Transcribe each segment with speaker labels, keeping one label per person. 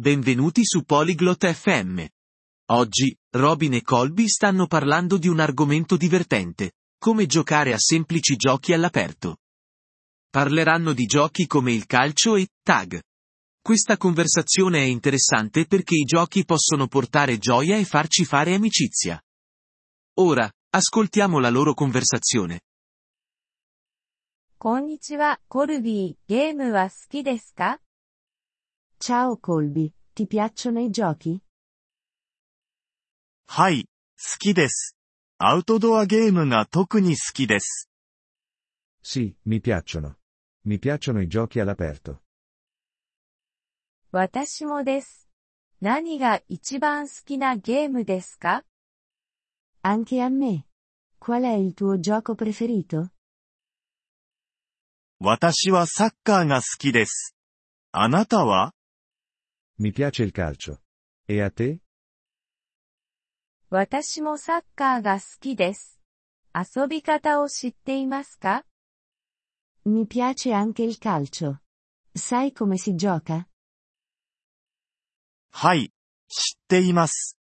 Speaker 1: Benvenuti su Polyglot FM. Oggi, Robin e Colby stanno parlando di un argomento divertente, come giocare a semplici giochi all'aperto. Parleranno di giochi come il calcio e tag. Questa conversazione è interessante perché i giochi possono portare gioia e farci fare amicizia. Ora, ascoltiamo la loro conversazione.
Speaker 2: こんにちは、コルビー。ゲームは好きですか
Speaker 3: Ciao Colby, ti piacciono i giochi?
Speaker 4: はい、好きです。アウトドアゲームが特に好きです。
Speaker 5: Sì, mi piacciono. Mi piacciono i giochi all'aperto.
Speaker 2: 私もです。何が一番好きなゲームですか
Speaker 3: Anche a me. Qual è il tuo gioco preferito?
Speaker 4: 私はサッカーが好きです。あなたは
Speaker 5: Mi piace il calcio. E a te?
Speaker 2: 私もサッカーが好きです。遊び方を知っていますか
Speaker 3: Mi piace anche il calcio. Sai come si gioca?
Speaker 4: はい、知っています。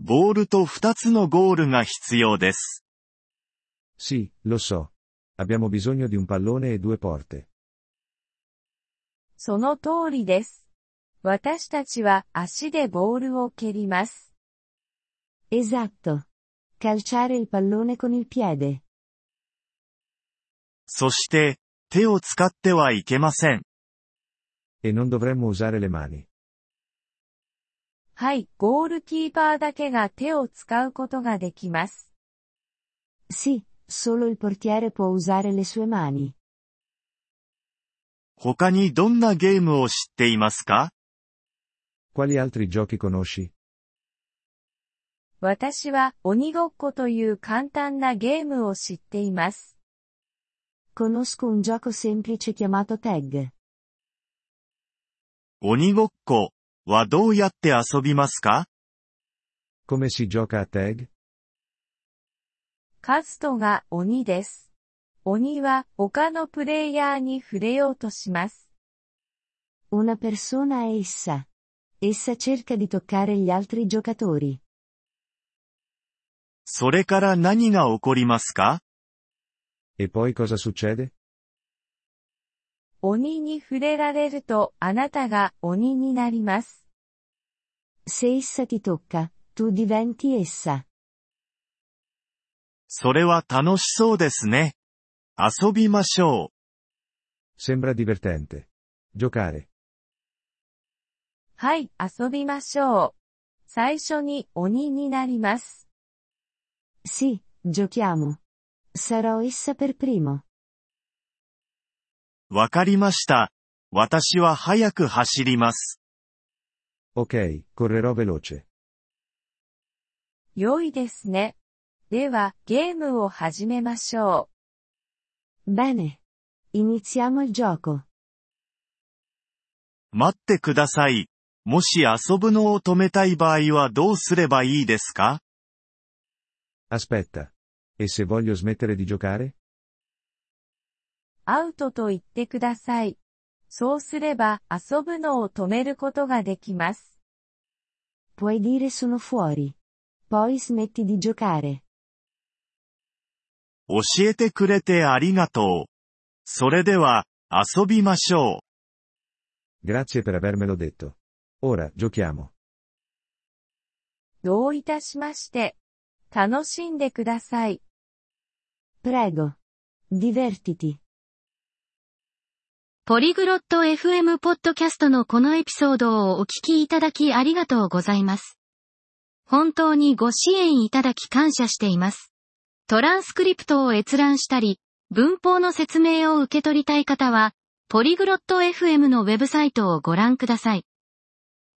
Speaker 4: ボールと2つのゴールが必要です。
Speaker 5: Sì, lo so. Abbiamo bisogno di un pallone e due porte.
Speaker 2: その通りです。私たちは足でボールを蹴ります。
Speaker 3: Esatto. Calciare il pallone con il piede.
Speaker 4: そして、手を使ってはいけません。
Speaker 5: E non dovremmo usare le mani.
Speaker 2: はい、ゴールキーパーだけが手を使うことができます。
Speaker 3: Sì, solo il portiere può usare le sue mani.
Speaker 4: 他にどんなゲームを知っていますか
Speaker 5: Quali altri giochi conosci?
Speaker 2: 私は鬼ごっこという簡単なゲームを知っています。
Speaker 3: Conosco un gioco semplice chiamato tag.
Speaker 4: 鬼ごっこはどうやって遊びますか
Speaker 5: Come si gioca a tag?
Speaker 2: カズトが鬼です。鬼は他のプレイヤーに触れようとします。
Speaker 3: Una persona è essa. Essa cerca di toccare gli altri giocatori.
Speaker 4: それから何が起こりますか
Speaker 5: E poi cosa succede?
Speaker 2: 鬼に触れられるとあなたが鬼になります。
Speaker 3: Se essa ti tocca, tu diventi essa.
Speaker 4: それは楽しそうですね。遊びましょう。
Speaker 5: Sembra divertente. Giocare.
Speaker 2: はい、遊びましょう。最初に鬼になります。
Speaker 3: Sì, giochiamo. Sarò essa per primo.
Speaker 4: わかりました。私は早く走ります。
Speaker 5: Ok, correrò veloce.
Speaker 2: 良いですね。では、ゲームを始めましょ
Speaker 3: Bene. Iniziamo il gioco.
Speaker 4: 待ってください。もし遊ぶのを止めたい場合はどうすればいいですか
Speaker 5: Aspetta. E se voglio smettere di giocare?
Speaker 2: う。アウトと言ってください。そうすれば遊ぶのを止めることができます。
Speaker 3: Puoi dire sono fuori. Poi smetti di giocare.
Speaker 4: 教えてくれてありがとう。それでは、遊びましょう。
Speaker 5: Grazie per avermelo detto. Ora, giochiamo.
Speaker 2: どういたしまして。楽しんでください。
Speaker 3: Prego. Divertiti.
Speaker 6: ポリグロット FM ポッドキャストのこのエピソードをお聞きいただきありがとうございます。本当にご支援いただき感謝しています。トランスクリプトを閲覧したり、文法の説明を受け取りたい方は、ポリグロット FM のウェブサイトをご覧ください。